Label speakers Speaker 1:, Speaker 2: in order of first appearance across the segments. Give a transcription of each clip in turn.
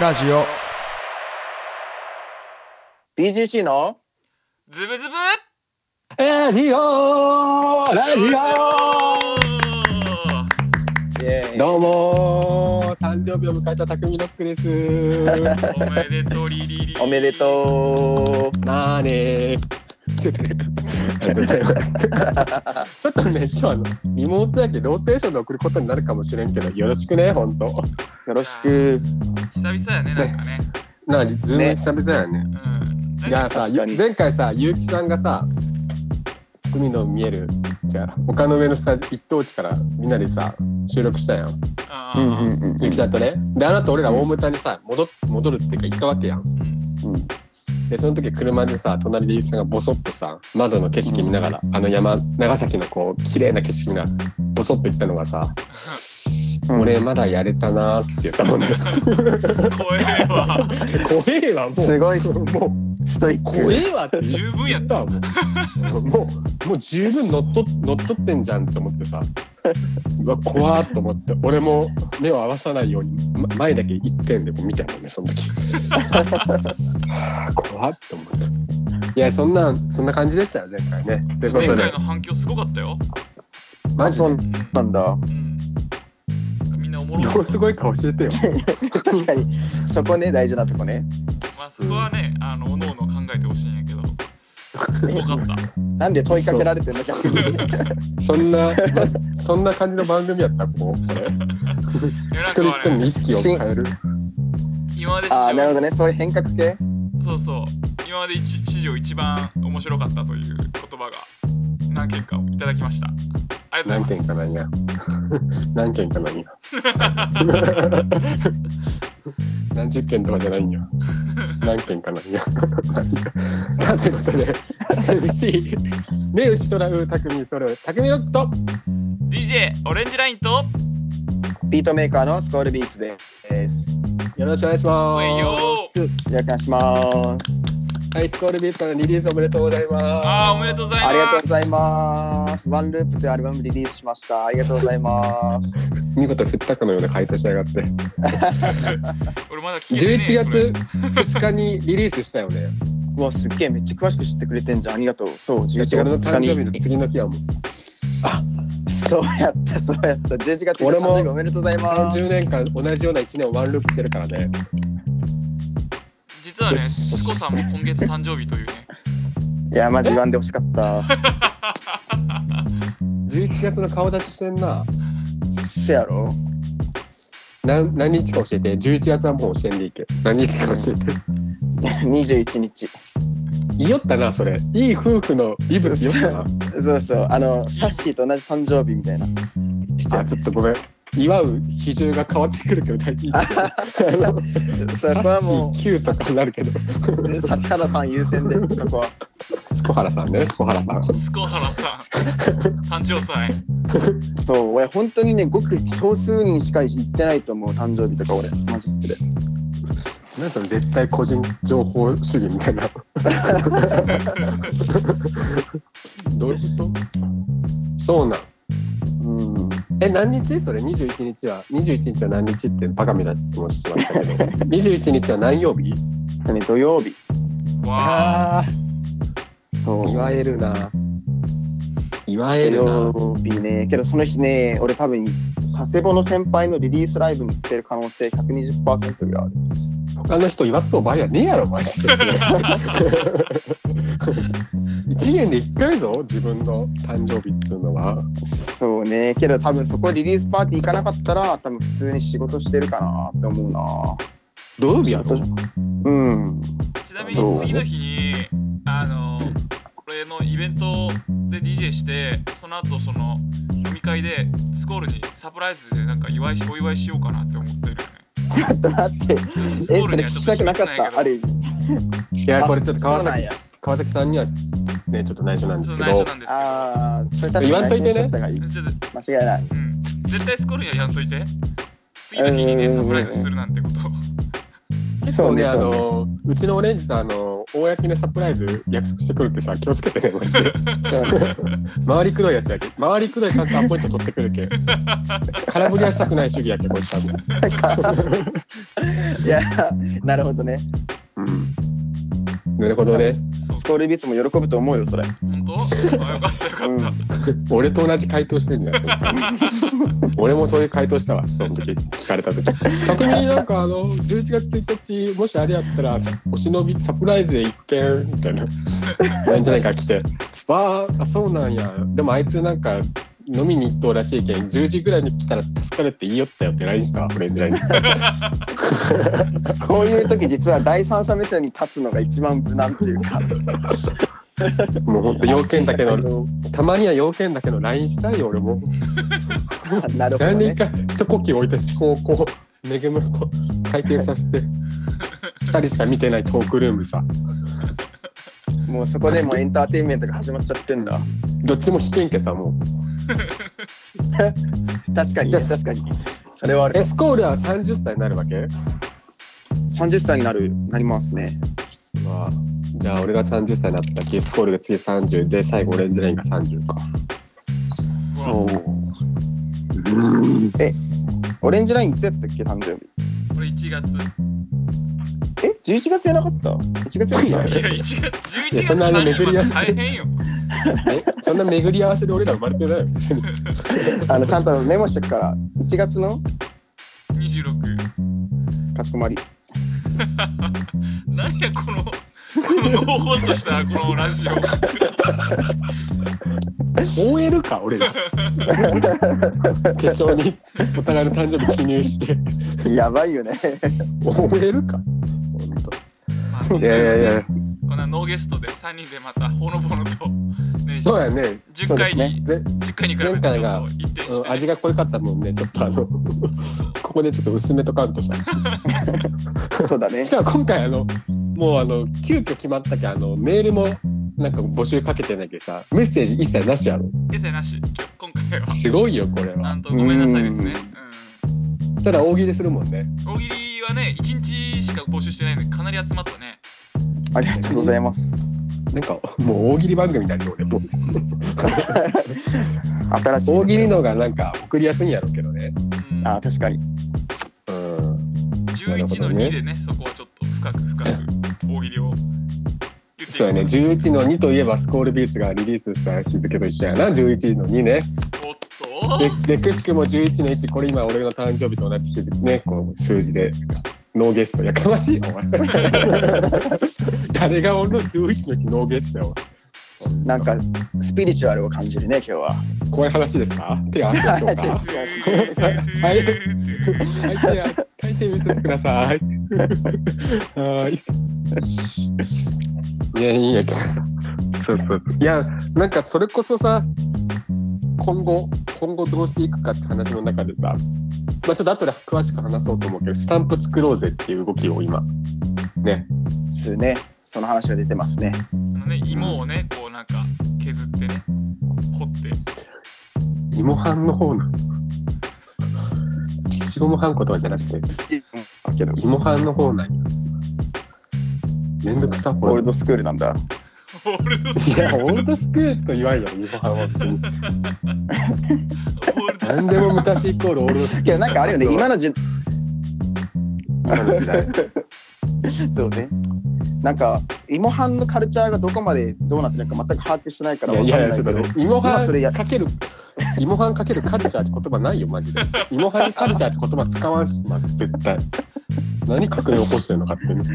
Speaker 1: ラジオ
Speaker 2: BGC の
Speaker 3: ズブズブ
Speaker 2: ラジオラジオどうも誕生日を迎えた匠ロック です。
Speaker 3: おめでとうリリリ
Speaker 2: おめでとうなーねーちょっとねありがとうございます。ちょっとね今日あのリモートだけローテーションで送ることになるかもしれんけどよろしくね本当。よろ
Speaker 3: し
Speaker 2: く。
Speaker 3: う久々やねなんかね
Speaker 2: なにズーム久々やね。
Speaker 3: うん
Speaker 2: いやさ
Speaker 4: 確かに
Speaker 2: 前回さ結城さんがさ海の見えるじゃあ丘の上のスタジ一等地からみんなでさ収録したやん
Speaker 3: あ
Speaker 4: う
Speaker 3: ー
Speaker 4: んうんうん
Speaker 2: 結城さんとねであなた俺ら大牟田にさ戻っ戻るっていうか行ったわけやん
Speaker 4: うん
Speaker 2: でその時車でさ隣で結城さんがボソッとさ窓の景色見ながら、あの山長崎のこう綺麗な景色見ながらボソッと言ったのがさ、
Speaker 4: うん
Speaker 2: 俺まだやれたなーって言ったも んね
Speaker 3: 怖えわ
Speaker 2: 怖えわも
Speaker 4: す
Speaker 2: う
Speaker 4: ごい
Speaker 2: もう
Speaker 4: ストイッ
Speaker 2: 怖
Speaker 4: ク
Speaker 2: えわって
Speaker 3: 十分やっ
Speaker 2: ったたわもうもうもう十分乗っと乗っとってんじゃんって思ってさうわ怖っと思って俺も目を合わさないように、ま前だけ一点でこう見たもんねその時はあ怖っと思っていやそんなんそんな感じでしたよ前回ねというこ
Speaker 3: 前
Speaker 2: と
Speaker 3: 回
Speaker 2: で
Speaker 3: の反響すごかったよ
Speaker 2: マジ
Speaker 4: そ
Speaker 2: で
Speaker 4: んなんだ
Speaker 3: うんみんなおもろ
Speaker 2: ど
Speaker 3: か
Speaker 2: う
Speaker 3: った
Speaker 2: すごいか教えてよ
Speaker 4: 確かにそこね大事なとこね
Speaker 3: まあそこはねあのおのおの考えてほしいんやけどすごかった
Speaker 4: なんで問いかけられてるの逆に
Speaker 2: そんなまそんな感じの番組やった こうこ
Speaker 3: い
Speaker 2: れ
Speaker 3: やな
Speaker 2: 一
Speaker 3: んか
Speaker 2: 人一
Speaker 3: あ
Speaker 2: 人
Speaker 3: れ
Speaker 2: に意識を変える
Speaker 3: 今まで 史
Speaker 4: ああなるほ
Speaker 3: 上
Speaker 4: どねそういう変革系
Speaker 3: そうそう今まで一史上一番面白かったという言葉が何件かをいただきましたありがとう
Speaker 2: 何
Speaker 3: ござい
Speaker 2: 件かないな 何件 かないな何十件とかじゃないんよ何件かないなさあというこ とで MC ね牛トラウ匠それ匠ロックと
Speaker 3: ます DJ オレンジラインと
Speaker 4: ビートメーカーのスコールビーツですよ
Speaker 2: よろしくお願いしま
Speaker 3: はいよ
Speaker 2: す
Speaker 4: ろしくお願いします
Speaker 2: はいスコールビーツからリリースおめでとうございます
Speaker 3: ああおめでとうございます
Speaker 4: ありがとうございますワンループというアルバムリリースしましたありがとうござい ます
Speaker 2: 見事振ったかのような回答しやがって
Speaker 3: 俺まだ聞いてねえ
Speaker 2: 11
Speaker 3: これ
Speaker 2: 月2日にリリースしたよね
Speaker 4: うわすっげえめっちゃ詳しく知ってくれてんじゃんありがとうそう11
Speaker 2: だって
Speaker 4: 月
Speaker 2: 俺の誕生日
Speaker 4: 2
Speaker 2: の
Speaker 4: 日に
Speaker 2: 次の日はもう
Speaker 4: そうやったそうやった11月2
Speaker 2: 俺
Speaker 4: 日
Speaker 2: も
Speaker 4: 誕生日おめでとうございます
Speaker 2: 30年間同じような1年をワンループしてるからね
Speaker 3: 実はね
Speaker 2: よし
Speaker 3: スコさんも今月誕生日というね
Speaker 4: いやマジ言わんでほしかった
Speaker 2: 11月の顔立ちしてんな
Speaker 4: せやろ
Speaker 2: 何何日か教えて11月はもう教えんでいいけ何日か教えて
Speaker 4: 21日
Speaker 2: いいよったなそれいい夫婦のイブよった
Speaker 4: そうそうあのサッシーと同じ誕生日みたいな
Speaker 2: なあちょっとごめん祝う比重が変わってくるけど大体いいけどあの
Speaker 4: そこはも
Speaker 2: サッシー9とかになるけど
Speaker 4: う指原さん優先でそこは
Speaker 2: スコハラさんねスコハラさん
Speaker 3: スコハラさん誕生祭
Speaker 4: そう俺本当にねごく少数にしか行ってないと思う誕生日とか俺マジで
Speaker 2: なんその絶対個人情報主義みたいなどういうことそうなん
Speaker 4: うん
Speaker 2: え何日それ21日は21日は何日ってバカみたいな質問しましたけど 21日は何曜日
Speaker 4: 何土曜日
Speaker 3: わあ
Speaker 4: そう
Speaker 2: いわゆるな。いわゆ
Speaker 4: 土
Speaker 2: るな。
Speaker 4: 曜日ねけどその日ね俺多分佐世保の先輩のリリースライブに行ってる可能性120%ぐらいある
Speaker 2: 他の人祝っとう場合はねえや ろ、マジで。一年で一回ぞ、自分の誕生日っていうのは。
Speaker 4: そうねけど多分そこリリースパーティー行かなかったら多分普通に仕事してるかなって思うな
Speaker 2: 土曜日やと。
Speaker 4: うん
Speaker 3: ちなみに次の日にあの俺のイベントで DJ してその後その飲み会でスコールにサプライズでなんか祝いしお祝いしようかなって思ってるよ
Speaker 4: ちょっと待って
Speaker 3: ね
Speaker 4: え
Speaker 3: ス
Speaker 4: そ
Speaker 3: コールに
Speaker 4: れ
Speaker 3: はち
Speaker 4: 聞
Speaker 3: ょっ
Speaker 4: きたく
Speaker 3: と
Speaker 4: な
Speaker 3: 響
Speaker 4: か
Speaker 3: か
Speaker 4: っ
Speaker 3: ないけど
Speaker 4: たある意味
Speaker 2: いや、これちょっと川
Speaker 4: そうなん
Speaker 2: 崎
Speaker 4: や
Speaker 2: 川崎さんには、ね、ちょっと内緒なんで
Speaker 3: ちょっと
Speaker 2: すけ
Speaker 3: 内緒
Speaker 2: ど、
Speaker 3: なんです
Speaker 4: ああ、それ確か
Speaker 2: 言わんといて
Speaker 4: 内緒にし
Speaker 2: ね
Speaker 4: った方がいい
Speaker 3: けどちょっと
Speaker 4: 間違いない。
Speaker 3: うん絶対スコールにはやんといて次の日にねサプライズするなんてこと
Speaker 2: 結構ね、あ
Speaker 4: そうね
Speaker 2: の、うちのオレンジさん、あの、公のサプライズ約束してくるってさ気をつけてねマジ で周りくどいやつやけ周りくどいちゃんとアポイント取ってく るけ空振りはしたくない主義やけこいつ多分
Speaker 4: いや、なるほどね。
Speaker 2: うんなるほどね
Speaker 3: そう
Speaker 4: スコールビーツも喜ぶと思うよ、それ。
Speaker 3: 本当あよかったよか
Speaker 4: う
Speaker 3: っ
Speaker 4: ん
Speaker 3: た、
Speaker 2: 俺と同じ回答してんだ よ俺もそういう回答したわその時聞かれた時逆になんかあの11月1日もしあれやったらお忍びサプライズで一件みたいななんじゃないか来てわーあそうなんやでもあいつなんか飲みに行っとうらしいけん10時ぐらいに来たら助かるって言いよったよって LINE したわオレンジライン に
Speaker 4: こういう時実は第三者目線に立つのが一番無難っていうか。
Speaker 2: もうほんと要件だけのたまには要件だけの LINE したいよ俺も
Speaker 4: なるほど
Speaker 2: 何
Speaker 4: ね
Speaker 2: 人。か一呼吸置いて思考をこう恵むこう回転させて2人しか見てないトークルームさ
Speaker 4: もうそこでもうエンターテインメントが始まっちゃってんだ。
Speaker 2: どっちも被験けさもう
Speaker 4: 確かに、
Speaker 2: じゃ
Speaker 4: ね、
Speaker 2: あ
Speaker 4: 確かに。それはある。
Speaker 2: エスコールは30歳になるわけ、
Speaker 4: 30歳になる、なりますね。
Speaker 2: まあ、じゃあ俺が30歳になったらエスコールが次30で最後オレンジラインが30か
Speaker 3: そう
Speaker 2: ーん
Speaker 4: オレンジラインいつやったっけ、誕生日。
Speaker 3: うこれ1月
Speaker 4: え、11月じゃなかった ?1 月やった
Speaker 3: いや1月11
Speaker 2: いや
Speaker 3: 月
Speaker 2: そんなあの巡
Speaker 3: 30
Speaker 2: り合わ
Speaker 3: 日
Speaker 2: せ
Speaker 3: 大変よ
Speaker 2: えそんな巡り合わせで俺ら生まれてないよ別に
Speaker 4: あのちゃんとメモしてくから1月の
Speaker 3: 26
Speaker 4: かしこまり
Speaker 3: 何やこのこののほほんとしたこのラジオ
Speaker 2: OL か俺 ら手帳にお互いの誕生日記入して
Speaker 4: やばいよね
Speaker 2: OL かほんと
Speaker 3: まあ今
Speaker 2: いやいやい
Speaker 3: 回
Speaker 2: や
Speaker 3: ねこんなノーゲストで3人でまたほのぼのと、ね、
Speaker 2: そうやね。
Speaker 3: 10回に、
Speaker 2: ぜ
Speaker 3: 10回に比べてちょ
Speaker 2: 前
Speaker 3: っ
Speaker 2: 回
Speaker 3: と
Speaker 2: が
Speaker 3: 一転して、
Speaker 2: うん
Speaker 3: ね、
Speaker 2: 味が濃かったもんね、ちょっとあの、 ここでちょっと薄めとかんとさ。
Speaker 4: そうだね
Speaker 2: しかも今回あの、もうあの、急遽決まったけあの、メールもなんか募集かけてないけどさ、メッセージ一切なしやろ。
Speaker 3: エセなし今日今回は
Speaker 2: すごいよ、これ
Speaker 3: な
Speaker 2: は
Speaker 3: ん。とごめんなさいですね
Speaker 2: ただ大喜利するもんね。
Speaker 3: うん大喜利はね1日しか募集してないのでかなり集まったね
Speaker 4: ありがとうございます
Speaker 2: なんかもう大喜利番組になるよ、俺も。
Speaker 4: 新しい
Speaker 2: 大喜利のがなんか送りやすいんやろうけどね。
Speaker 3: うん
Speaker 4: あ確かに
Speaker 2: うん。なるほ
Speaker 3: 11の
Speaker 2: どね
Speaker 3: 2でねそこをちょっと深く深く大喜利を言ってい
Speaker 2: そうやね、11の2といえばスコールビーツがリリースした日付と一緒やな、11の2ね。
Speaker 3: おっと
Speaker 2: で、でくしくも11の1、これ今俺の誕生日と同じ日付ね、こう数字で、ノーゲスト。やかましいよ、お前。誰が俺の11の1ノーゲストよ。
Speaker 4: なんかスピリチュアルを感じるね今日は
Speaker 2: 怖い話ですか手合わせましょうか。 いはい、手合わせて見せてください。はーい。いや、いいや、けどさ。そうそうそう。いや、なんかそれこそさ、今後、今後どうしていくかって話の中でさ、まあ、ちょっと後で詳しく話そうと思うけど、スタンプ作ろうぜっていう動きを今、ね。
Speaker 4: すねその話が出てますね
Speaker 3: あのね、芋をね、こうなんか削ってね、掘 って。
Speaker 2: 芋飯の方の。消しゴムはんことはじゃなくて、
Speaker 4: だけど
Speaker 2: 芋飯の方なんよめんどくさ、
Speaker 4: オ
Speaker 2: こ
Speaker 4: ー
Speaker 2: れ
Speaker 4: ル。ドスクールなんだ
Speaker 3: オールドス
Speaker 2: いや、オールドスクールと言わんよ、日本は別に。
Speaker 3: オールドス
Speaker 2: 何でも昔イコールオー ルドスク
Speaker 4: けどなんかあるよね
Speaker 2: そう
Speaker 4: 今のじ
Speaker 2: ールの時代。
Speaker 4: そうねなんか芋飯のカルチャーがどこまでどうなってるか全く把握してないからわかん
Speaker 2: い
Speaker 4: ない
Speaker 2: やい
Speaker 4: け
Speaker 2: や、ちょっ
Speaker 4: ど
Speaker 2: とね、芋
Speaker 4: 今それや
Speaker 2: 飯かける、芋飯かけるカルチャーって言葉ないよ、マジで。芋飯カルチャーって言葉使わんし、まず絶対。何革命起こしてるのかってね。
Speaker 3: 芋飯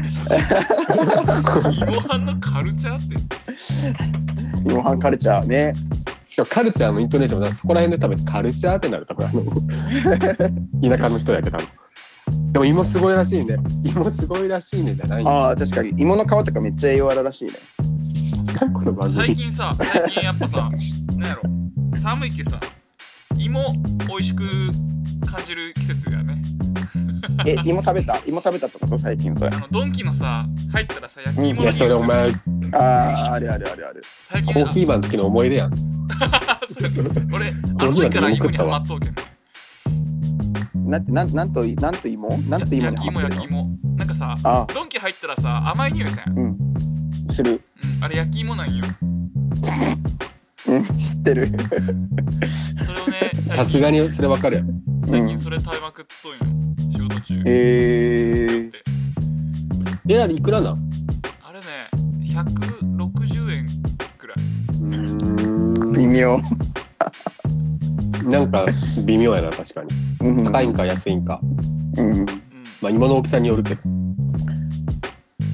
Speaker 3: のカルチャーって。
Speaker 4: 芋飯カルチャーね
Speaker 2: しかもカルチャーのイントネーションがそこら辺で多分カルチャーってなる、多分あの、田舎の人やけど、多分でも芋すごいらしいね。芋すごいらしいねじゃないよ。
Speaker 4: ああ確かに芋の皮とかめっちゃ栄養あるらしいね
Speaker 2: この番
Speaker 3: 最
Speaker 2: 組。
Speaker 3: 近さ、最近やっぱさ、なんやろ、寒いけさ、芋美味しく感じる季節だよね。
Speaker 4: え、芋食べた芋食べたってこと最近それ。
Speaker 3: あの、ドンキのさ、入ったらさ、焼き芋の匂い
Speaker 2: いや、
Speaker 3: す
Speaker 2: そ
Speaker 3: る
Speaker 2: れお前、
Speaker 4: ああ、あるあるあるある。
Speaker 3: 最近
Speaker 2: コーヒーマンの時の思い出やん。
Speaker 3: あそう俺、あの時から芋にハマっとうけんね。
Speaker 4: なんて、なんなんと、なんと芋なんと芋
Speaker 3: 焼き芋、
Speaker 4: ハマっ
Speaker 3: 焼
Speaker 4: てる
Speaker 3: き
Speaker 4: の
Speaker 3: 芋。なんかさ、
Speaker 4: あ
Speaker 3: ドンキ入ったらさ、甘い匂いせん。
Speaker 4: うん。する。
Speaker 3: うん、あれ焼き芋なんよ
Speaker 4: うん、知ってる。
Speaker 3: それを ね
Speaker 2: さすがにそれわかるやろ
Speaker 4: う
Speaker 3: 最近
Speaker 4: ん、
Speaker 3: それ食べまくっとんよ仕事中
Speaker 4: えー、
Speaker 2: えあれいくらなん
Speaker 3: あれね160円くらい
Speaker 4: 微妙。
Speaker 2: なんか微妙やな確かに
Speaker 4: うん
Speaker 2: 高いんか安いんか
Speaker 4: うん。
Speaker 3: うん
Speaker 2: まあ芋の大きさによるけど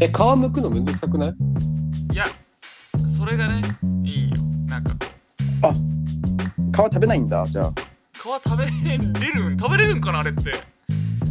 Speaker 2: え皮むくのめんどくさくない
Speaker 3: いやそれがねいいんよなんかこう
Speaker 4: 皮食べないんだ、じゃあ。
Speaker 3: 皮食べれるん食べれるんかなあれって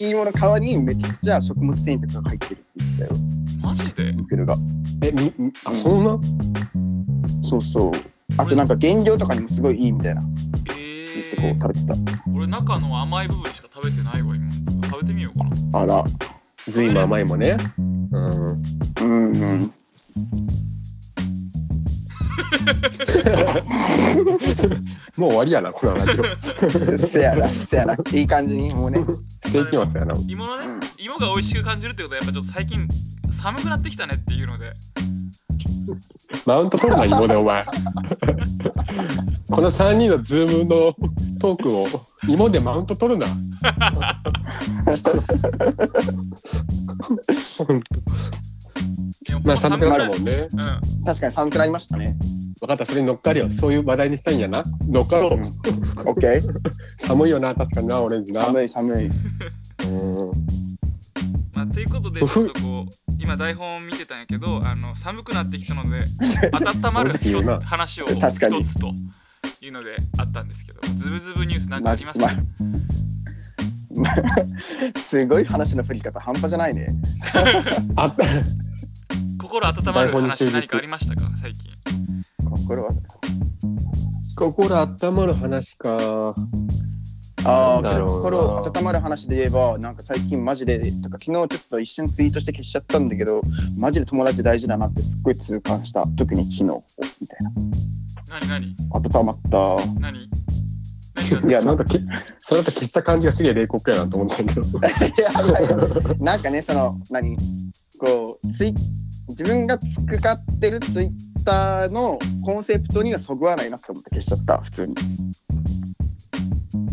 Speaker 4: 芋の皮にめちゃくちゃ食物繊維とかが入ってるって言ってたよ、
Speaker 3: マジで
Speaker 4: ミクルが。
Speaker 2: えみみあそんな
Speaker 4: そうそう。あとなんか原料とかにもすごいいいみたいな言
Speaker 3: え
Speaker 4: ってこう
Speaker 3: ー、
Speaker 4: 食べてた。
Speaker 3: 俺中の甘い部分しか食べてないわ今食べてみようかな
Speaker 4: あら。
Speaker 2: ずいぶん甘いもんねうん
Speaker 4: うんうん。
Speaker 2: もう終わりやなこの話を
Speaker 4: せやな、せやな。いい感じに、もうね。
Speaker 2: 世紀末やな
Speaker 3: 芋のね
Speaker 4: うん
Speaker 3: 芋が美味しく感じるってことはやっぱちょっと最近寒くなってきたねっていうので
Speaker 2: マウント取るな芋でお前 この3人のズームのトークを芋でマウント取るな本当
Speaker 3: いや
Speaker 2: まあ寒くなるも
Speaker 3: ん
Speaker 2: んね
Speaker 3: うん
Speaker 4: 確かに寒くなりましたね。
Speaker 2: 分かったそれに乗っかるよそういう話題にしたいんやな乗っかろう、
Speaker 4: うんオッケー。
Speaker 2: 寒いよな確かになオレンジな
Speaker 4: 寒い寒い。
Speaker 2: うん
Speaker 3: まあ、ということで、ち
Speaker 2: そ
Speaker 3: ょ
Speaker 2: うふ
Speaker 3: っとこう、今台本を見てたんやけど、あの寒くなってきたので、温まる
Speaker 2: 正直言うな
Speaker 3: 一つ話を一
Speaker 4: 確かに
Speaker 3: つというのであったんですけど、ズブズブニュースなんか
Speaker 4: マ
Speaker 3: あり
Speaker 4: ジ
Speaker 3: ますか、
Speaker 4: ま すごい話の振り方半端じゃないね。
Speaker 2: あ った
Speaker 3: 心温まる
Speaker 2: 台本に忠
Speaker 3: 話
Speaker 2: 実
Speaker 3: 何かありましたか最近。
Speaker 4: 心は。
Speaker 2: 心温まる話か
Speaker 4: あ
Speaker 2: なんだ
Speaker 4: あ、
Speaker 2: ろうな
Speaker 4: 心温まる話で言えば、なんか最近マジで、とか昨日ちょっと一瞬ツイートして消しちゃったんだけど、マジで友達大事だなってすっごい痛感した。特に昨日、みたいな。
Speaker 3: 何何
Speaker 4: 温まった。
Speaker 3: 何何だっ
Speaker 4: いや
Speaker 2: その後きその後消した感じがすげえ冷酷やなと思ったんやけど
Speaker 4: い やいやいやなんかねその何こうツイ自分が使ってるツイッターのコンセプトにはそぐわないなって思って消しちゃった普通に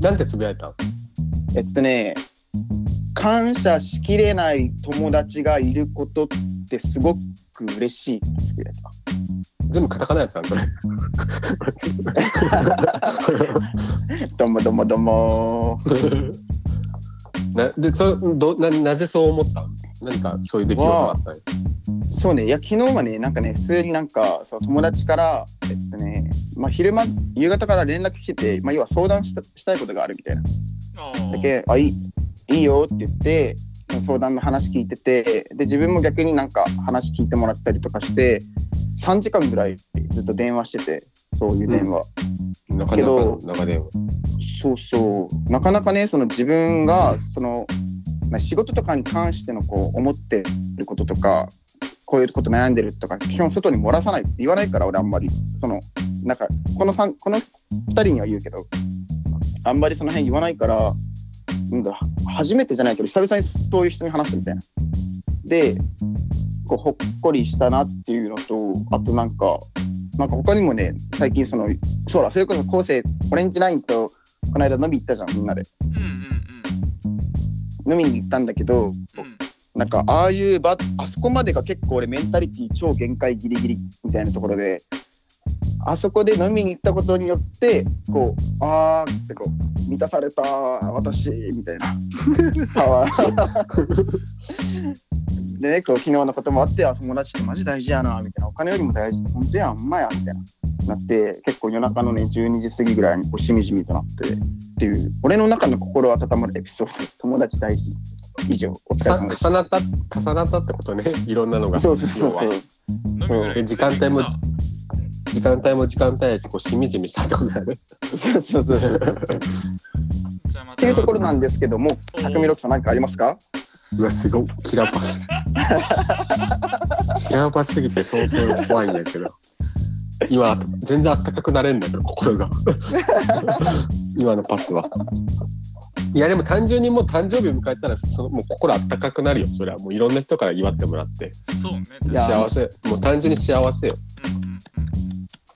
Speaker 2: なんてつぶやいたん
Speaker 4: えっとね感謝しきれない友達がいることってすごく嬉しいってつぶやいた
Speaker 2: 全部カタカナやったん だ
Speaker 4: どうもどうもどうも
Speaker 2: なでそれどななぜそう思ったん何かそういう出来事があったんや
Speaker 4: そうねいや昨日はねなんかね普通になんかそう友達からえっとね、まあ、昼間夕方から連絡来てて、まあ、要は相談したしたいことがあるみたいな
Speaker 3: あ
Speaker 4: だ
Speaker 3: ー
Speaker 4: けあいいいいよって言ってその相談の話聞いててで自分も逆になんか話聞いてもらったりとかして3時間ぐらいずっと電話しててそういう電話、
Speaker 2: なかなかの中で
Speaker 4: そうそうなかなかねその自分がそのまあ仕事とかに関してのこう思ってることとかこういうこと悩んでるとか基本外に漏らさないって言わないから俺あんまりそのなんかこの三この2人には言うけどあんまりその辺言わないからなんだ初めてじゃないけど久々にそういう人に話したみたいな。でこうほっこりしたなっていうのとあとなんかなんか他にもね最近そのそうだそれこそ後世オレンジラインとこの間飲み行ったじゃんみんなで
Speaker 3: うんうん
Speaker 4: 飲みに行ったんだけど
Speaker 3: うんうん。
Speaker 4: なんかああいう場あそこまでが結構俺メンタリティ超限界ギリギリみたいなところであそこで飲みに行ったことによってこうあーってこう満たされた私みたいなあーでねこう昨日のこともあってあ友達ってマジ大事やなみたいなお金よりも大事って本当やんまやみたいななって結構夜中のね12時過ぎぐらいにこうしみじみとなってっていう俺の中の心温まるエピソード友達大事以上お疲れ
Speaker 2: さ
Speaker 4: 様でした
Speaker 2: 重なった重なったってことねいろんなのが
Speaker 4: そうそうそうそう
Speaker 2: 要は
Speaker 4: そう
Speaker 3: 飲みぐらい
Speaker 2: え時間帯も
Speaker 3: さ
Speaker 2: 時間帯も時間帯やしこうしみじみしたとこがね
Speaker 4: そうそうそうそう。っ
Speaker 3: じゃあまた
Speaker 4: ていうところなんですけども、匠六さん何かありますか？
Speaker 2: うわすごいキラーパスキラーパスすぎて相当怖いんだけど今全然あったかくなれんだけど心が 今のパスはいやでも単純にもう誕生日迎えたらそのもう心あったかくなるよそれはもういろんな人から祝ってもらって
Speaker 3: そうね
Speaker 4: いや
Speaker 2: 幸せもう単純に幸せよ
Speaker 3: うん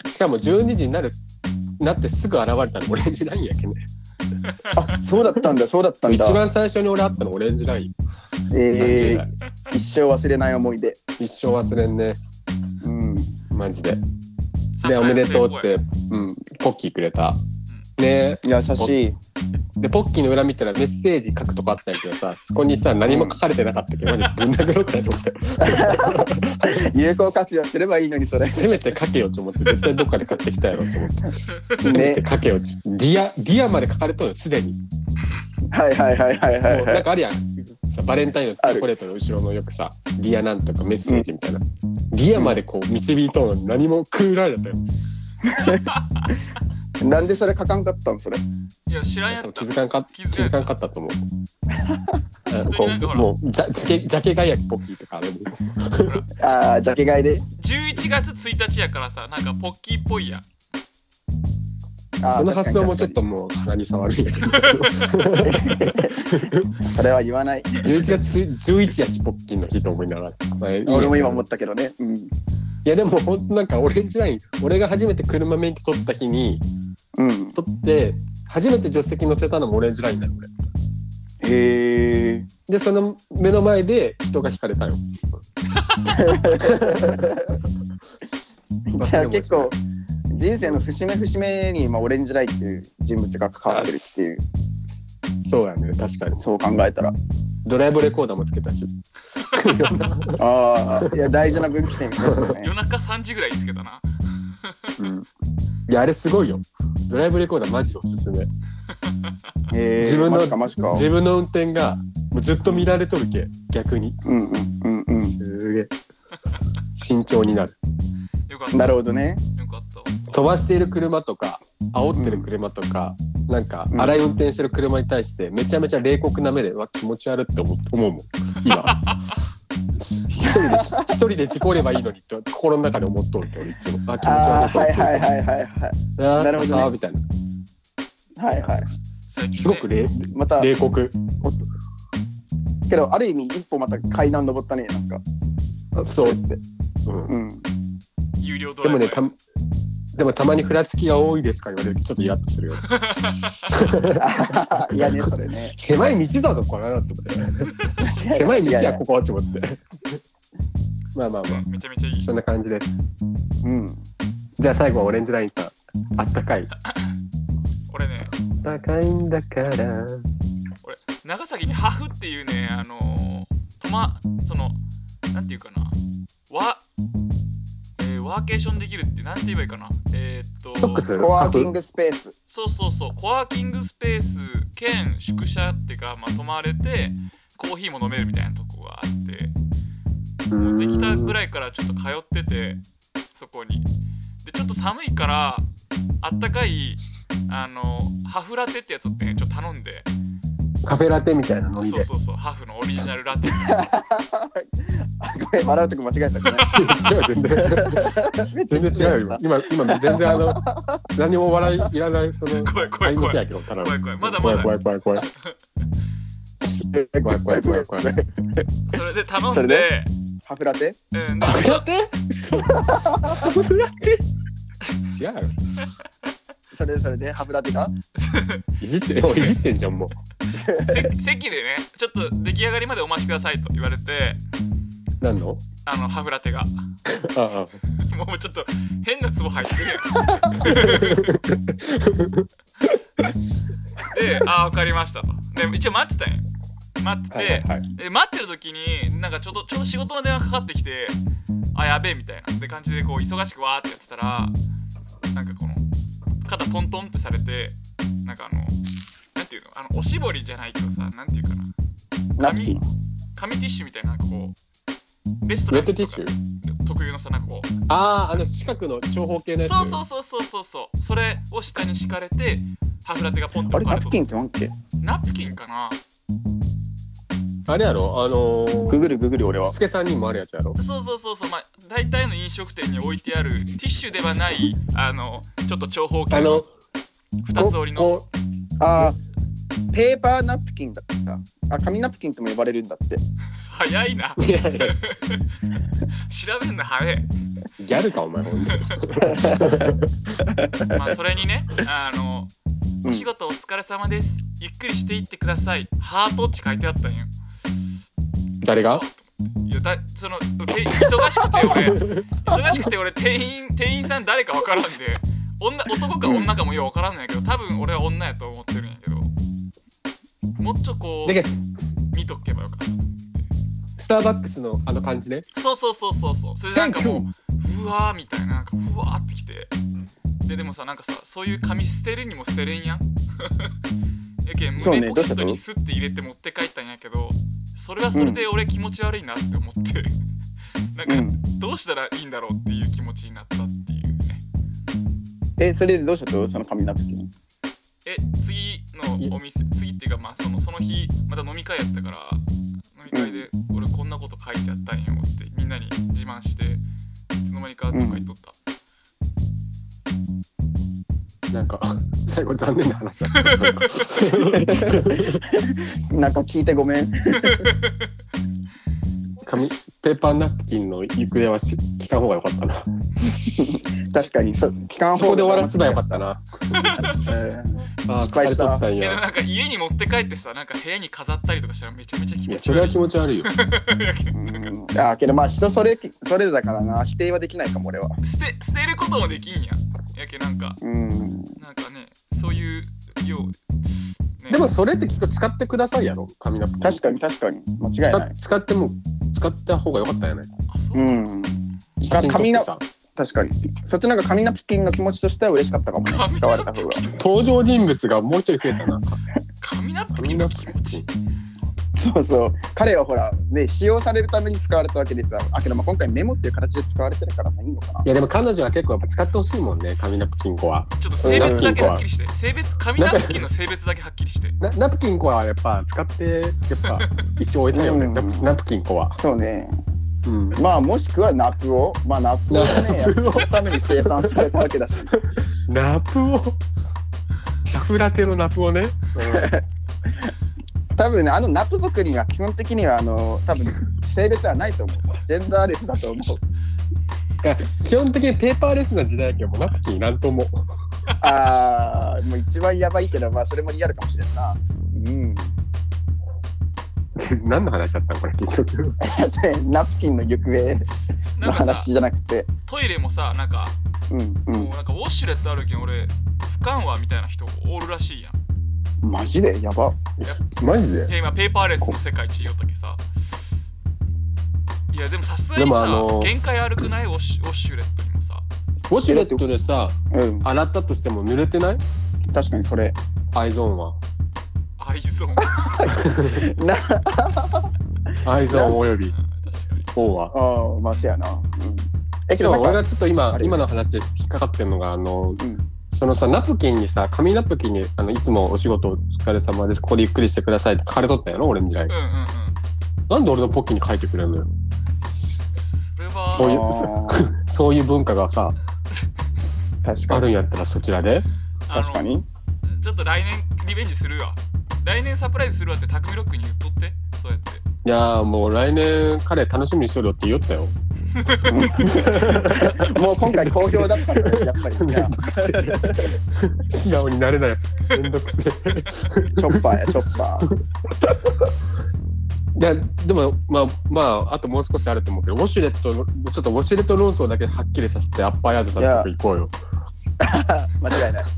Speaker 3: うん
Speaker 2: しかも12時になるなってすぐ現れたのオレンジラインやけね
Speaker 4: あ、そうだったんだ、そうだったん
Speaker 2: 一
Speaker 4: だ。
Speaker 2: 番最初に俺会ったのオレンジライン、30
Speaker 4: え
Speaker 2: 代
Speaker 4: ー、一生忘れない思い出。
Speaker 2: 一生忘れんね
Speaker 4: うん。
Speaker 2: マジで
Speaker 3: うん
Speaker 2: でおめでとうって、うん、ポッキーくれたね
Speaker 4: 優し い。
Speaker 2: でポッキーの裏見たらメッセージ書くとこあったんやけどさそこにさ何も書かれてなかったけどマジぶん殴ろうかなと思って
Speaker 4: 有効活用すればいいのにそれ。
Speaker 2: せめて書けよと思って絶対どっかで買ってきたやろと 思ってせめて書けよちディアディアまで書かれとるよすでに
Speaker 4: はいはいはいはいは
Speaker 2: も
Speaker 4: いう
Speaker 2: な
Speaker 4: は
Speaker 2: ん
Speaker 4: い。
Speaker 2: かあるやんさバレンタインのチョコレートの後ろのよくさ「ディアなんとかメッセージ」みたいな、ディアまでこう導いとうのに何も食うられたよ
Speaker 4: なんでそれ書かんかったんそれ。
Speaker 3: いや知らんやっ
Speaker 2: 気
Speaker 3: た
Speaker 2: づかんか
Speaker 3: 気
Speaker 2: 気
Speaker 3: づかん
Speaker 2: づかんかっ たと思うあ
Speaker 3: 当
Speaker 2: こ
Speaker 3: になんか
Speaker 2: う
Speaker 3: ほら
Speaker 2: もうジャジャケジャケがやきポッキーとかあれも
Speaker 4: ああ、ジャケ買いで。
Speaker 3: 11月1日やからさなんかポッキーっぽいやん
Speaker 4: あー
Speaker 2: その発想もちょっ。
Speaker 4: 確
Speaker 2: ともう鼻に触るんやけど
Speaker 4: かに確かにそれは言わない。
Speaker 2: 11月11やしポッキーの日と思いながら、まあいいや
Speaker 4: 俺も今思ったけどね。うん。
Speaker 2: いやでも本当なんかオレンジライン俺が初めて車免許取った日に
Speaker 4: うん。
Speaker 2: 取って初めて助手席に乗せたのもオレンジラインだよ俺
Speaker 4: へえ。
Speaker 2: でその目の前で人が引かれたよ
Speaker 4: じゃあ結構人生の節目節目に、まあ、オレンジラインっていう人物が関わってるっていう
Speaker 2: そうやね確かに
Speaker 4: そう考えたら
Speaker 2: ドライブレコーダーもつけたし
Speaker 4: ああいや大事な分岐点ですね
Speaker 3: 夜中3時ぐらいにつけたな
Speaker 2: うんいやあれすごいよドライブレコーダーマジでおすすめ
Speaker 4: えー
Speaker 2: 自分の
Speaker 4: マジかマジか
Speaker 2: 自分の運転がもうずっと見られとるけ逆に
Speaker 4: うんうんうんうん
Speaker 2: すげえ慎重になる
Speaker 3: よかった
Speaker 4: なるほどね
Speaker 3: よかった
Speaker 2: 飛ばしている車とか煽ってる車とか、なんか
Speaker 4: うん
Speaker 2: 荒い運転してる車に対してめちゃめちゃ冷酷な目でうわ気持ち悪って思う思うもん今一人で一人で事故ればいいのにって心の中で思っとるって俺いつもあ気持ち
Speaker 4: ああ
Speaker 2: 悪い
Speaker 4: はいはいはいはいはい
Speaker 2: な
Speaker 4: なるほどね
Speaker 2: みたいな
Speaker 4: はいはい
Speaker 3: 最近ね
Speaker 2: すごく冷
Speaker 4: また
Speaker 2: 冷酷
Speaker 4: けどある意味一歩また階段登ったねなんか
Speaker 2: そう、
Speaker 4: う
Speaker 2: うん
Speaker 3: 有料ド
Speaker 2: ん、で
Speaker 3: ライ
Speaker 2: も
Speaker 3: ブ
Speaker 2: ねたでもたまにふらつきが多いですか言われるとちょっとイラッとするよ
Speaker 4: あ ーいやねそれね
Speaker 2: 狭い道だぞこれなって思って 狭い道
Speaker 4: や
Speaker 2: や
Speaker 4: や
Speaker 2: ここはって思って まあまあまあ
Speaker 3: めちゃめちゃいい
Speaker 2: そんな感じです
Speaker 4: うん
Speaker 2: じゃあ最後はオレンジラインさんあったかいあ
Speaker 3: 俺ね
Speaker 2: ったかいんだから
Speaker 3: 俺長崎にハフっていうねあのー、とまそのなんていうかなワ,、えー、ワーケーションできるってなんて言えばいいかなえー、っと
Speaker 2: ソックス
Speaker 4: コワーキン
Speaker 2: グ
Speaker 4: グスペース
Speaker 3: そうそうそうコワーキングスペース兼宿舎っていうか、まあ、泊まれてコーヒーも飲めるみたいなとこがあってできたぐ
Speaker 2: い
Speaker 3: らいからちょっと通っててそこにでちょっと寒いからあったかいあのハフラテってやつをねちょっと頼んで
Speaker 2: カフェラテみたいなのに
Speaker 3: そう
Speaker 2: で
Speaker 3: そうそうハフのオリジナルラテ
Speaker 4: あごめん笑うとこ間違えたごめん
Speaker 2: 違う全然 全然違うよ 今今今全然あ の何も笑いいらないその
Speaker 3: 怖い怖
Speaker 2: 買
Speaker 3: い
Speaker 2: い物
Speaker 3: 怖
Speaker 2: や
Speaker 3: い
Speaker 2: けど
Speaker 3: 怖い怖いまだま
Speaker 2: 怖い
Speaker 3: だ
Speaker 2: 怖い怖い怖い怖い怖い怖い怖い
Speaker 3: それで頼ん
Speaker 4: それ
Speaker 3: で
Speaker 4: でハフラテ
Speaker 3: うん、で
Speaker 2: カフェラテカフェラテ違うよ
Speaker 4: それでそれでハフラテが
Speaker 2: いじってもういじってんじゃんも
Speaker 3: せ席でねちょっと出来上がりまでお待ちくださいと言われて
Speaker 2: うなんの
Speaker 3: あのハフラテが
Speaker 2: ああ
Speaker 3: もうちょっと変なツボ入ってる やんで「ああ分かりました」とで一応待ってたんや待ってて、
Speaker 2: はいはいはい
Speaker 3: で待ってる時になんかちょうどちょうど仕事の電話かかってきてあやべえみたいなで感じでこう忙しくわーってやってたらなんかこの肩トントンってされてなんかあのなんていうのあのおしぼりじゃないけどさなんていうか
Speaker 4: ナ
Speaker 3: な
Speaker 4: プキン
Speaker 3: 紙ティッシュみたいななんかこうレスト
Speaker 2: ウ
Speaker 3: ラ
Speaker 2: ェ
Speaker 3: ン
Speaker 2: ットティッシュ
Speaker 3: とか特有のさなんかこう
Speaker 2: あああの四角の長方形のやつ
Speaker 3: そうそうそうそうそうそうそれを下に敷かれて函館がポンって
Speaker 4: あれ
Speaker 3: 置か
Speaker 4: ナ
Speaker 3: れ
Speaker 4: プ
Speaker 3: と
Speaker 4: キンってなんっけ
Speaker 3: ナプキンかな
Speaker 2: あれやろあの
Speaker 4: グ
Speaker 2: ー、
Speaker 4: グるググる俺は
Speaker 2: スケさんにもあるやつやろ
Speaker 3: そうそうそうそうまあ大体の飲食店に置いてあるティッシュではないあのちょっと長方
Speaker 2: あ
Speaker 3: 形の
Speaker 2: の
Speaker 3: 二つ折りの
Speaker 2: こう
Speaker 4: あーペーパーナプキンだったあ紙ナプキンとも呼ばれるんだって
Speaker 3: 早いな
Speaker 2: こういやいや
Speaker 3: 調べるの早い
Speaker 2: ギャルかお前ほんとに
Speaker 3: まあそれにねあの
Speaker 4: う
Speaker 3: お
Speaker 4: ん
Speaker 3: 仕事お疲れ様ですゆっくりしていってくださいハートって書いてあったんよ
Speaker 2: 誰が
Speaker 3: いやだそのて忙しくて俺忙しくて俺店員店員さん誰か分からんで女男か女かもよう分からんのやけど多分俺は女やと思ってるんやけどもうちょこ
Speaker 2: だけ
Speaker 3: う
Speaker 2: どス
Speaker 3: 見とけばよかっ
Speaker 2: スターバックスのあの感じね
Speaker 3: たそうそうそうそうそうそれでなんか
Speaker 2: Thank
Speaker 3: も
Speaker 2: you
Speaker 3: ううわーみたいななんかうわーってきてででもさなんかさそういう紙捨てるにも捨てれんやん やけん
Speaker 4: そうね
Speaker 3: 胸ポケット
Speaker 4: どう
Speaker 3: に
Speaker 4: し
Speaker 3: スッて入れて持って帰ったんやけどそれはそれで俺気持ち悪いなって思って、 なんか、
Speaker 4: うん
Speaker 3: どうしたらいいんだろうっていう気持ちになったっていうね
Speaker 4: えそれでどうしたとその紙ナプキン
Speaker 3: え次のお店次っていうかまあそのその日また飲み会やったから飲み会で俺こんなこと書いてあったんよってみんなに自慢していつの間にかなんか言っとった、
Speaker 2: なんか 最後残念な話だったなんか
Speaker 4: なんか聞いてごめん
Speaker 2: 紙ペーパーナプキンの行方はし聞かん方がよかったな
Speaker 4: 確かにそ期間
Speaker 2: そこで終わらせばよかったなああ
Speaker 4: 失敗した
Speaker 2: 疲れとったん
Speaker 3: え でもな
Speaker 2: や
Speaker 3: んか家に持って帰ってさなんか部屋に飾ったりとかしたらめちゃめちゃ気
Speaker 2: い
Speaker 3: 持
Speaker 2: や
Speaker 3: ち
Speaker 2: それ
Speaker 3: 悪
Speaker 2: はい気持ち悪いよ
Speaker 4: うんあーけどまあ人それそれぞれだからな否定はできないかも俺は
Speaker 3: 捨て捨てることもできんややけなんか
Speaker 4: うん
Speaker 3: なんかねそういうよう、ね、
Speaker 2: でもそれって結構使ってくださいやろ紙ナプキン
Speaker 4: 確かに確かに間違いない
Speaker 2: 使使っても使った方がよかったよね
Speaker 3: あそううん
Speaker 2: 写真撮ってさ
Speaker 4: 確かにそっちなんか紙ナプキンの気持ちとしては嬉しかったかもね
Speaker 3: 紙ナプキン
Speaker 4: 使われた方が
Speaker 2: 登場人物がもう一人増えたな
Speaker 3: 紙ナプキ
Speaker 2: 紙
Speaker 3: ン
Speaker 2: ナ
Speaker 3: の
Speaker 2: プ
Speaker 3: 気持
Speaker 2: キ
Speaker 3: ち
Speaker 2: ン
Speaker 4: そうそう彼はほらね使用されるために使われたわけですあけどまあ今回メモっていう形で使われてるからまあいいのかない
Speaker 2: やでも彼女は結構やっぱ使ってほしいもんね紙ナプキン子は
Speaker 3: ちょっと性別だけはっきりして性別紙ナプキンの性別だけはっきりして
Speaker 2: なナプキン子はやっぱ使ってやっぱ一生終えたいよね、
Speaker 4: うん
Speaker 2: ナプナプキン子は、
Speaker 4: そうね
Speaker 2: うん、
Speaker 4: まあもしくはナプをまあナプをね
Speaker 2: ナ
Speaker 4: やっ
Speaker 2: プ
Speaker 4: ぱ
Speaker 2: を
Speaker 4: そのために生産されたわけだし
Speaker 2: ナプをキャフラテのナプをね、
Speaker 4: 多分ねあのナプ族には基本的にはあの多分性別はないと思うジェンダーレスだと思う
Speaker 2: 基本的にペーパーレスな時代やけどもうナプキンいらんと思う
Speaker 4: あーもう一番やばいけどまあそれもリアルかもしれんなうん
Speaker 2: 何の話だったのこれ結局
Speaker 4: でナプキンの行方
Speaker 3: な
Speaker 4: の
Speaker 3: んかさ
Speaker 4: 話じゃなくて
Speaker 3: トイレもさなんか
Speaker 4: うんう
Speaker 3: もうなんかウォッシュレットあるけん俺不可はみたいな人おるらしいやん
Speaker 4: んマジでやば
Speaker 2: マジで
Speaker 3: いや今ペーパーレスの世界一言おったけさいやでもさすが
Speaker 2: で
Speaker 3: に
Speaker 2: もあ
Speaker 3: さ、
Speaker 2: のー
Speaker 3: 限界悪くないウォッシュウォッシュレットにもさ
Speaker 2: ウォシュレットでさ
Speaker 4: うん
Speaker 2: 洗ったとしても濡れてない
Speaker 4: 確かにそれ
Speaker 2: アイゾーンは
Speaker 3: アイ ゾーン
Speaker 4: な
Speaker 2: アイゾーンおよび
Speaker 3: 確かに
Speaker 2: 王は
Speaker 4: ああまあせやな、うん、えけ
Speaker 2: そ
Speaker 4: ど
Speaker 2: う
Speaker 4: なん
Speaker 2: 俺
Speaker 4: か
Speaker 2: がちょっと今
Speaker 4: あれ
Speaker 2: 今の話で引っかかってるのがあの、
Speaker 4: うん
Speaker 2: そのさナプキンにさ紙ナプキンにあのいつもお仕事お疲れ様ですここでゆっくりしてくださいって書かれとったんやろ俺の時代、
Speaker 3: うんうんうん
Speaker 2: なんで俺のポッキーに書いてくれるのよ
Speaker 3: それは
Speaker 2: そういう
Speaker 4: あ
Speaker 2: そういう文化がさ
Speaker 4: ー確か
Speaker 2: ある
Speaker 4: に
Speaker 2: んやったらそちらで
Speaker 3: あの
Speaker 4: 確かに
Speaker 3: ちょっと来年リベンジするわ来年サプライズするわってタクミロックに言っとってそうやって
Speaker 2: いやーもう来年彼楽しみにしとるよって言おったよ
Speaker 4: もう今回好評だったからやっ ぱりじゃ
Speaker 2: 素直になれないめんどくせえ
Speaker 4: あチョッパーやチョッパー
Speaker 2: いやでもまあまああともう少しあると思うけどウォシュレットのちょっとウォシュレット論争だけはっきりさせてアッパーヤードさんとこ行こうよ
Speaker 4: 間違いない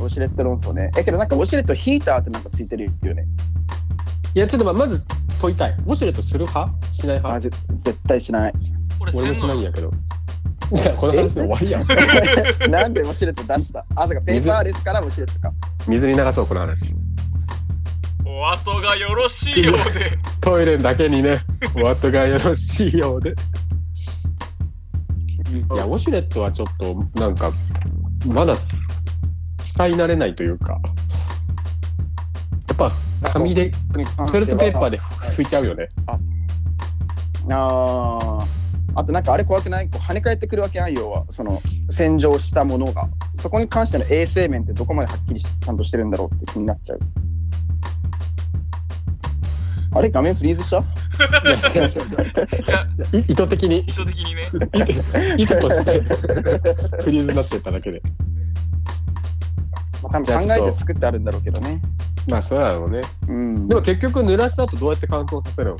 Speaker 4: ウォシュレット論争ねえけどなんかウォシュレットヒーターってなんかついてるよね
Speaker 2: いやちょっとまあまず問いたいウォシュレットする派しない
Speaker 4: あ
Speaker 2: 派
Speaker 4: ぜ絶対し ない
Speaker 3: 俺
Speaker 2: 俺
Speaker 3: せ
Speaker 2: もし
Speaker 3: ん
Speaker 2: な
Speaker 3: の
Speaker 2: いん
Speaker 3: よ
Speaker 2: やけどいやこの話で終わりやん
Speaker 4: なんでウォシュレット出したあそうかペーパーレスからウォシュレットか
Speaker 2: 水に流そうこの話
Speaker 3: お後がよろしいようで
Speaker 2: トイレだけにねお後がよろしいようでいや、ウォシュレットはちょっと、なんか、まだ使い慣れないというか、やっぱ紙で、トイレットペーパー
Speaker 4: で。
Speaker 2: で拭いちゃうよね。
Speaker 4: ああ。あとなんかあれ怖くないこう跳ね返ってくるわけないよはその洗浄したものがそこに関しての衛生面ってどこまではっきりしちゃんとしてるんだろうって気になっちゃうあれ画面フリーズした
Speaker 2: いや違う違う違う
Speaker 3: いや
Speaker 2: い意図的に
Speaker 3: 意図的にね
Speaker 2: 意図としてフリーズになってただけで
Speaker 4: まあ、多分考えて作ってあるんだろうけどね。
Speaker 2: まあそうなのね
Speaker 4: うん。
Speaker 2: でも結局濡らした後どうやって乾燥させるの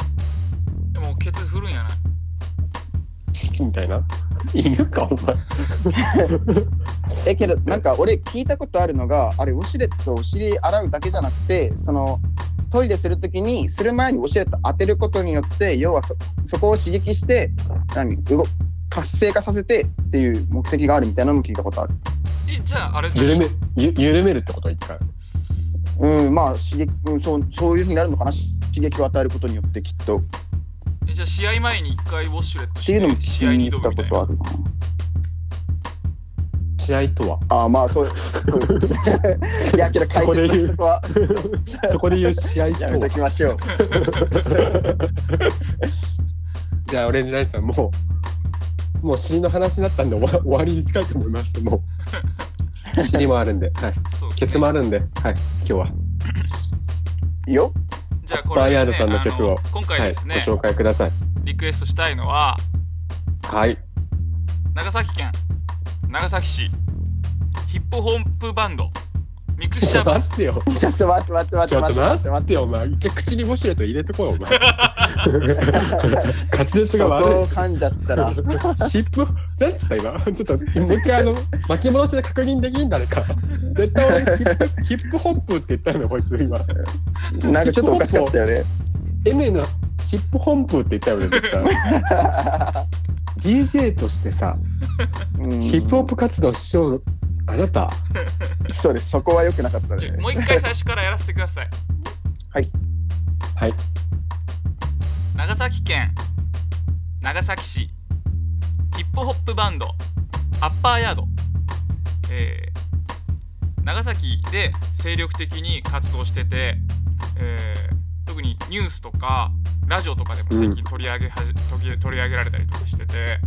Speaker 3: でもケツ振るんやない
Speaker 2: みたいな犬かお前
Speaker 4: えけどなんか俺聞いたことあるのがあれウォシュレットをお尻洗うだけじゃなくてそのトイレするときにする前にウォシュレット当てることによって要はそそこを刺激して何動活性化させてっていう目的があるみたいなのも聞いたことある。
Speaker 3: えじゃああれ
Speaker 2: 緩めゆ緩めるってこと一回
Speaker 4: うんまあ刺激、うん、そうそういうふうになるのかなし刺激を与えることによってきっとっ
Speaker 3: えじゃあ試合前に一回ウォッシュレットして
Speaker 4: いうのも
Speaker 3: て試合
Speaker 4: 聞
Speaker 3: に
Speaker 4: い
Speaker 3: 挑む
Speaker 4: たこ
Speaker 3: みたい
Speaker 4: と
Speaker 3: な
Speaker 4: あるな。
Speaker 2: 試合とは
Speaker 4: ああまあそうそう いやけど
Speaker 2: そ
Speaker 4: 解
Speaker 2: こで言う
Speaker 4: 説のそこは
Speaker 2: そこで言う試合と
Speaker 4: やめと
Speaker 2: は
Speaker 4: きまし ょう。
Speaker 2: じゃあオレンジライスさんもうもう尻の話になったんで終わ終わりに近いと思いますもう尻もあるんではい
Speaker 3: そう
Speaker 2: ケツもあるんではい今日は、
Speaker 4: いいよ。
Speaker 3: じゃあこれはですね
Speaker 2: バイアードさんの曲を
Speaker 3: あの今
Speaker 2: は
Speaker 3: 回で
Speaker 2: い
Speaker 3: す
Speaker 2: ご
Speaker 3: ね、
Speaker 2: 紹介ください
Speaker 3: リクエストしたいのは
Speaker 2: はい
Speaker 3: 長崎県長崎市ヒップホップバンドミクシ
Speaker 2: ち
Speaker 3: ャ
Speaker 2: ょっと
Speaker 3: バ
Speaker 2: 待ってよ
Speaker 4: ちょっと待って待って
Speaker 2: ち
Speaker 4: 待
Speaker 2: ょ
Speaker 4: って
Speaker 2: っと
Speaker 4: 待っ
Speaker 2: 待
Speaker 4: て
Speaker 2: っ
Speaker 4: 待って
Speaker 2: よお前一回口にウォシュレット入れてこいよお前 滑舌
Speaker 4: て。
Speaker 2: が
Speaker 4: そこ
Speaker 2: 悪
Speaker 4: を噛んじゃったら。
Speaker 2: いヒップなんつった今ちょっともう一回あの巻き戻しで確認できんだねか絶対俺ヒップヒップホップって言ったよねこいつ今
Speaker 4: なんかちょっとおかしかったよね。
Speaker 2: M のヒップホップって言ったよね絶対 DJ としてさ
Speaker 4: うん
Speaker 2: ヒップホップ活動しようあなた
Speaker 4: そうです。そこは良くなかった
Speaker 3: ちょ
Speaker 4: ね
Speaker 3: も。う一回最初からやらせてください
Speaker 2: はい
Speaker 3: 長崎県長崎市ヒップホップバンドアッパーヤード、えー長崎で精力的に活動してて、えー特にニュースとかラジオとかでも最近取り上げはじ、取り取り上げられたりとかしてて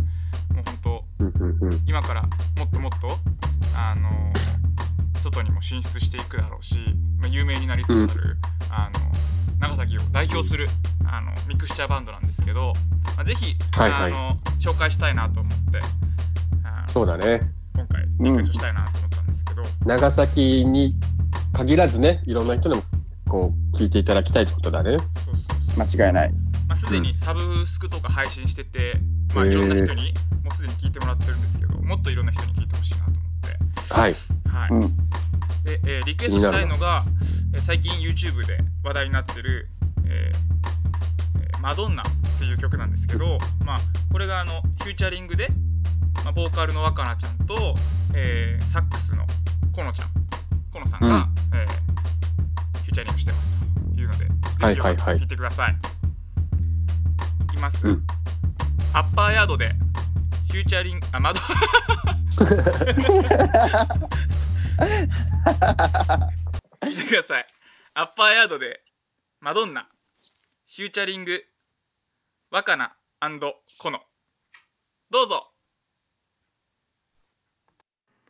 Speaker 3: もう本当
Speaker 2: うんうんうん
Speaker 3: 今からもっともっとあの外にも進出していくだろうし、まあ、有名になりつつある、あの長崎を代表するあのミクスチャーバンドなんですけど、まあ、ぜひ、
Speaker 2: はいはい
Speaker 3: あの紹介したいなと思ってあの
Speaker 2: そうだね
Speaker 3: 今回リクエストしたいなと思ったんですけど、
Speaker 2: 長崎に限らずねいろんな人にもこう聞いていただきたいってことだね
Speaker 3: そうそうそう
Speaker 4: 間違いない。
Speaker 3: まあ、すでにサブスクとか配信してて、まあ、
Speaker 2: へー
Speaker 3: いろんな人にもうすでに聞いてもらってるんですけどもっといろんな人に聞いてほしいなと思っ
Speaker 2: はい
Speaker 3: て、はい
Speaker 4: うん。
Speaker 3: で、えーリクエストしたいのが、えー最近 YouTube で話題になってる、えーえーマドンナっていう曲なんですけど、まあ、これがあのフューチャリングで、まあ、ボーカルの若菜ちゃんと、えーサックスのコノちゃんコノさんが、
Speaker 2: うん
Speaker 3: えーフューチャリングしてますというので
Speaker 2: はい
Speaker 3: ぜひよかった
Speaker 2: は
Speaker 3: ら
Speaker 2: いはい
Speaker 3: 聴いてください。いきます、
Speaker 2: うん
Speaker 3: アッパーヤードでフューチャリングあマドン見てください。アッパーヤードで、マドンナ、フューチャリング、若菜コノ。どうぞ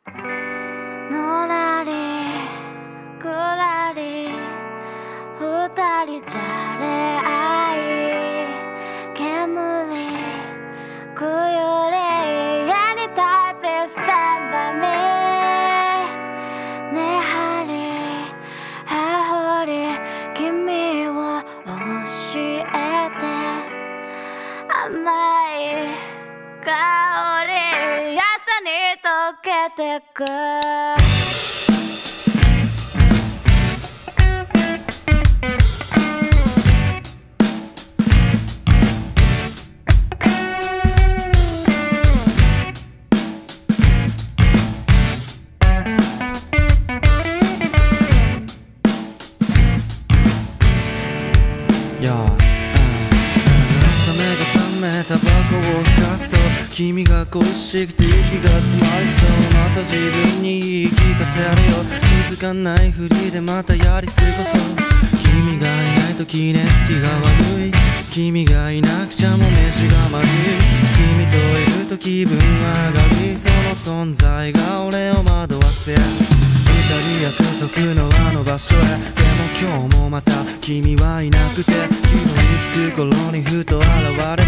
Speaker 1: のらりくらり二人じゃれ合い煙くよれ Anytime please stand by me ねはりはほり君を教えて甘い香り朝に溶けてく
Speaker 5: やあああ朝目が覚めタバコを出すと君が恋しくて息が詰まりそうまた自分に言い聞かせるよ気づかないふりでまたやり過ごそう君がいないと記念つきが悪い君がいなくちゃも飯がまずい君といると気分は上がりその存在が俺を惑わせ二人約束のあの場所へでも今日もまた君はいなくて気のいつく頃にふと現れてバッ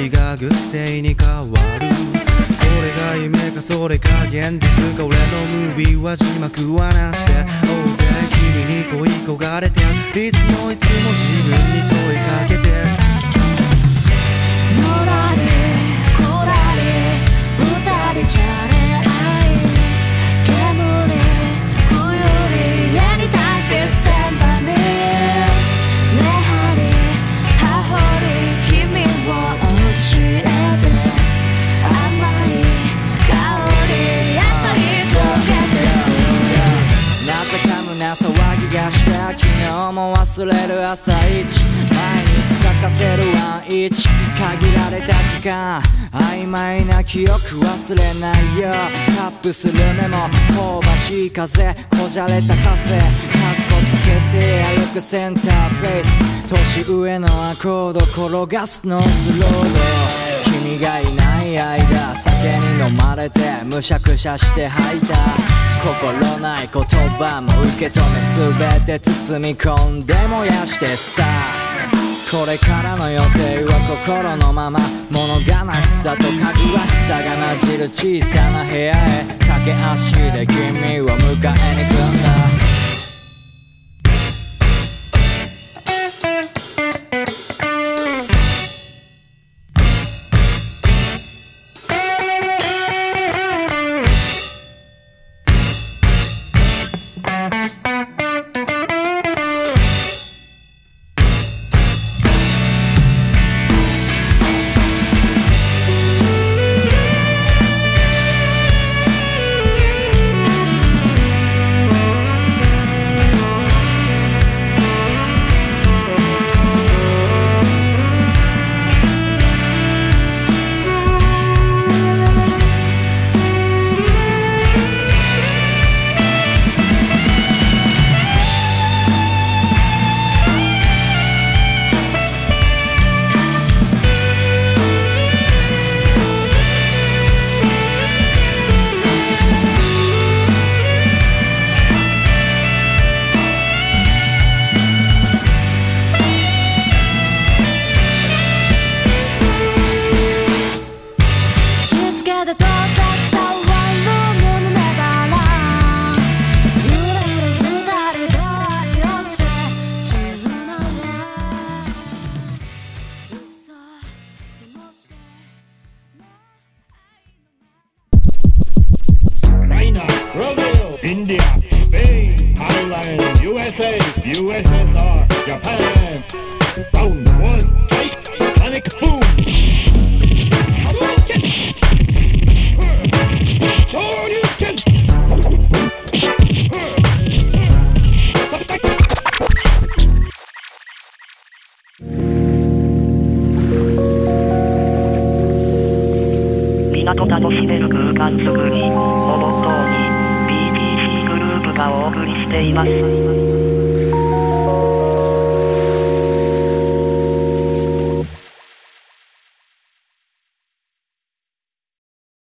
Speaker 5: テイがグッデイに変わるこれが夢かそれか現実か俺のムービーは字幕はなしで OK 君に恋い焦がれていつもいつも自分に問いかけて
Speaker 1: のらりこらり二人じゃれ合い煙こより家に立ってスタンバイねはりはほり君を教えて甘い香り優しい溶けてく
Speaker 5: なぜか胸騒ぎがした昨日も忘れる朝一毎日咲かせるワンイチ限られた時間曖昧な記憶忘れないよカップする目も香ばしい風こじゃれたカフェカッコつけて歩くセンターフェイス年上のアコード転がすノースロード君がいない間酒に飲まれてむしゃくしゃして吐いた心ない言葉も受け止め全て包み込んで燃やしてさこれからの予定は心のまま物悲しさとかぐわしさが混じる小さな部屋へ駆け足で君を迎えに来んだ
Speaker 1: しつけで到着さわる胸なら揺れる二人ドアに落ちて自由なら嘘でもして
Speaker 6: 港楽しめる空間づくりをモットーに PTC グループがお送りしています。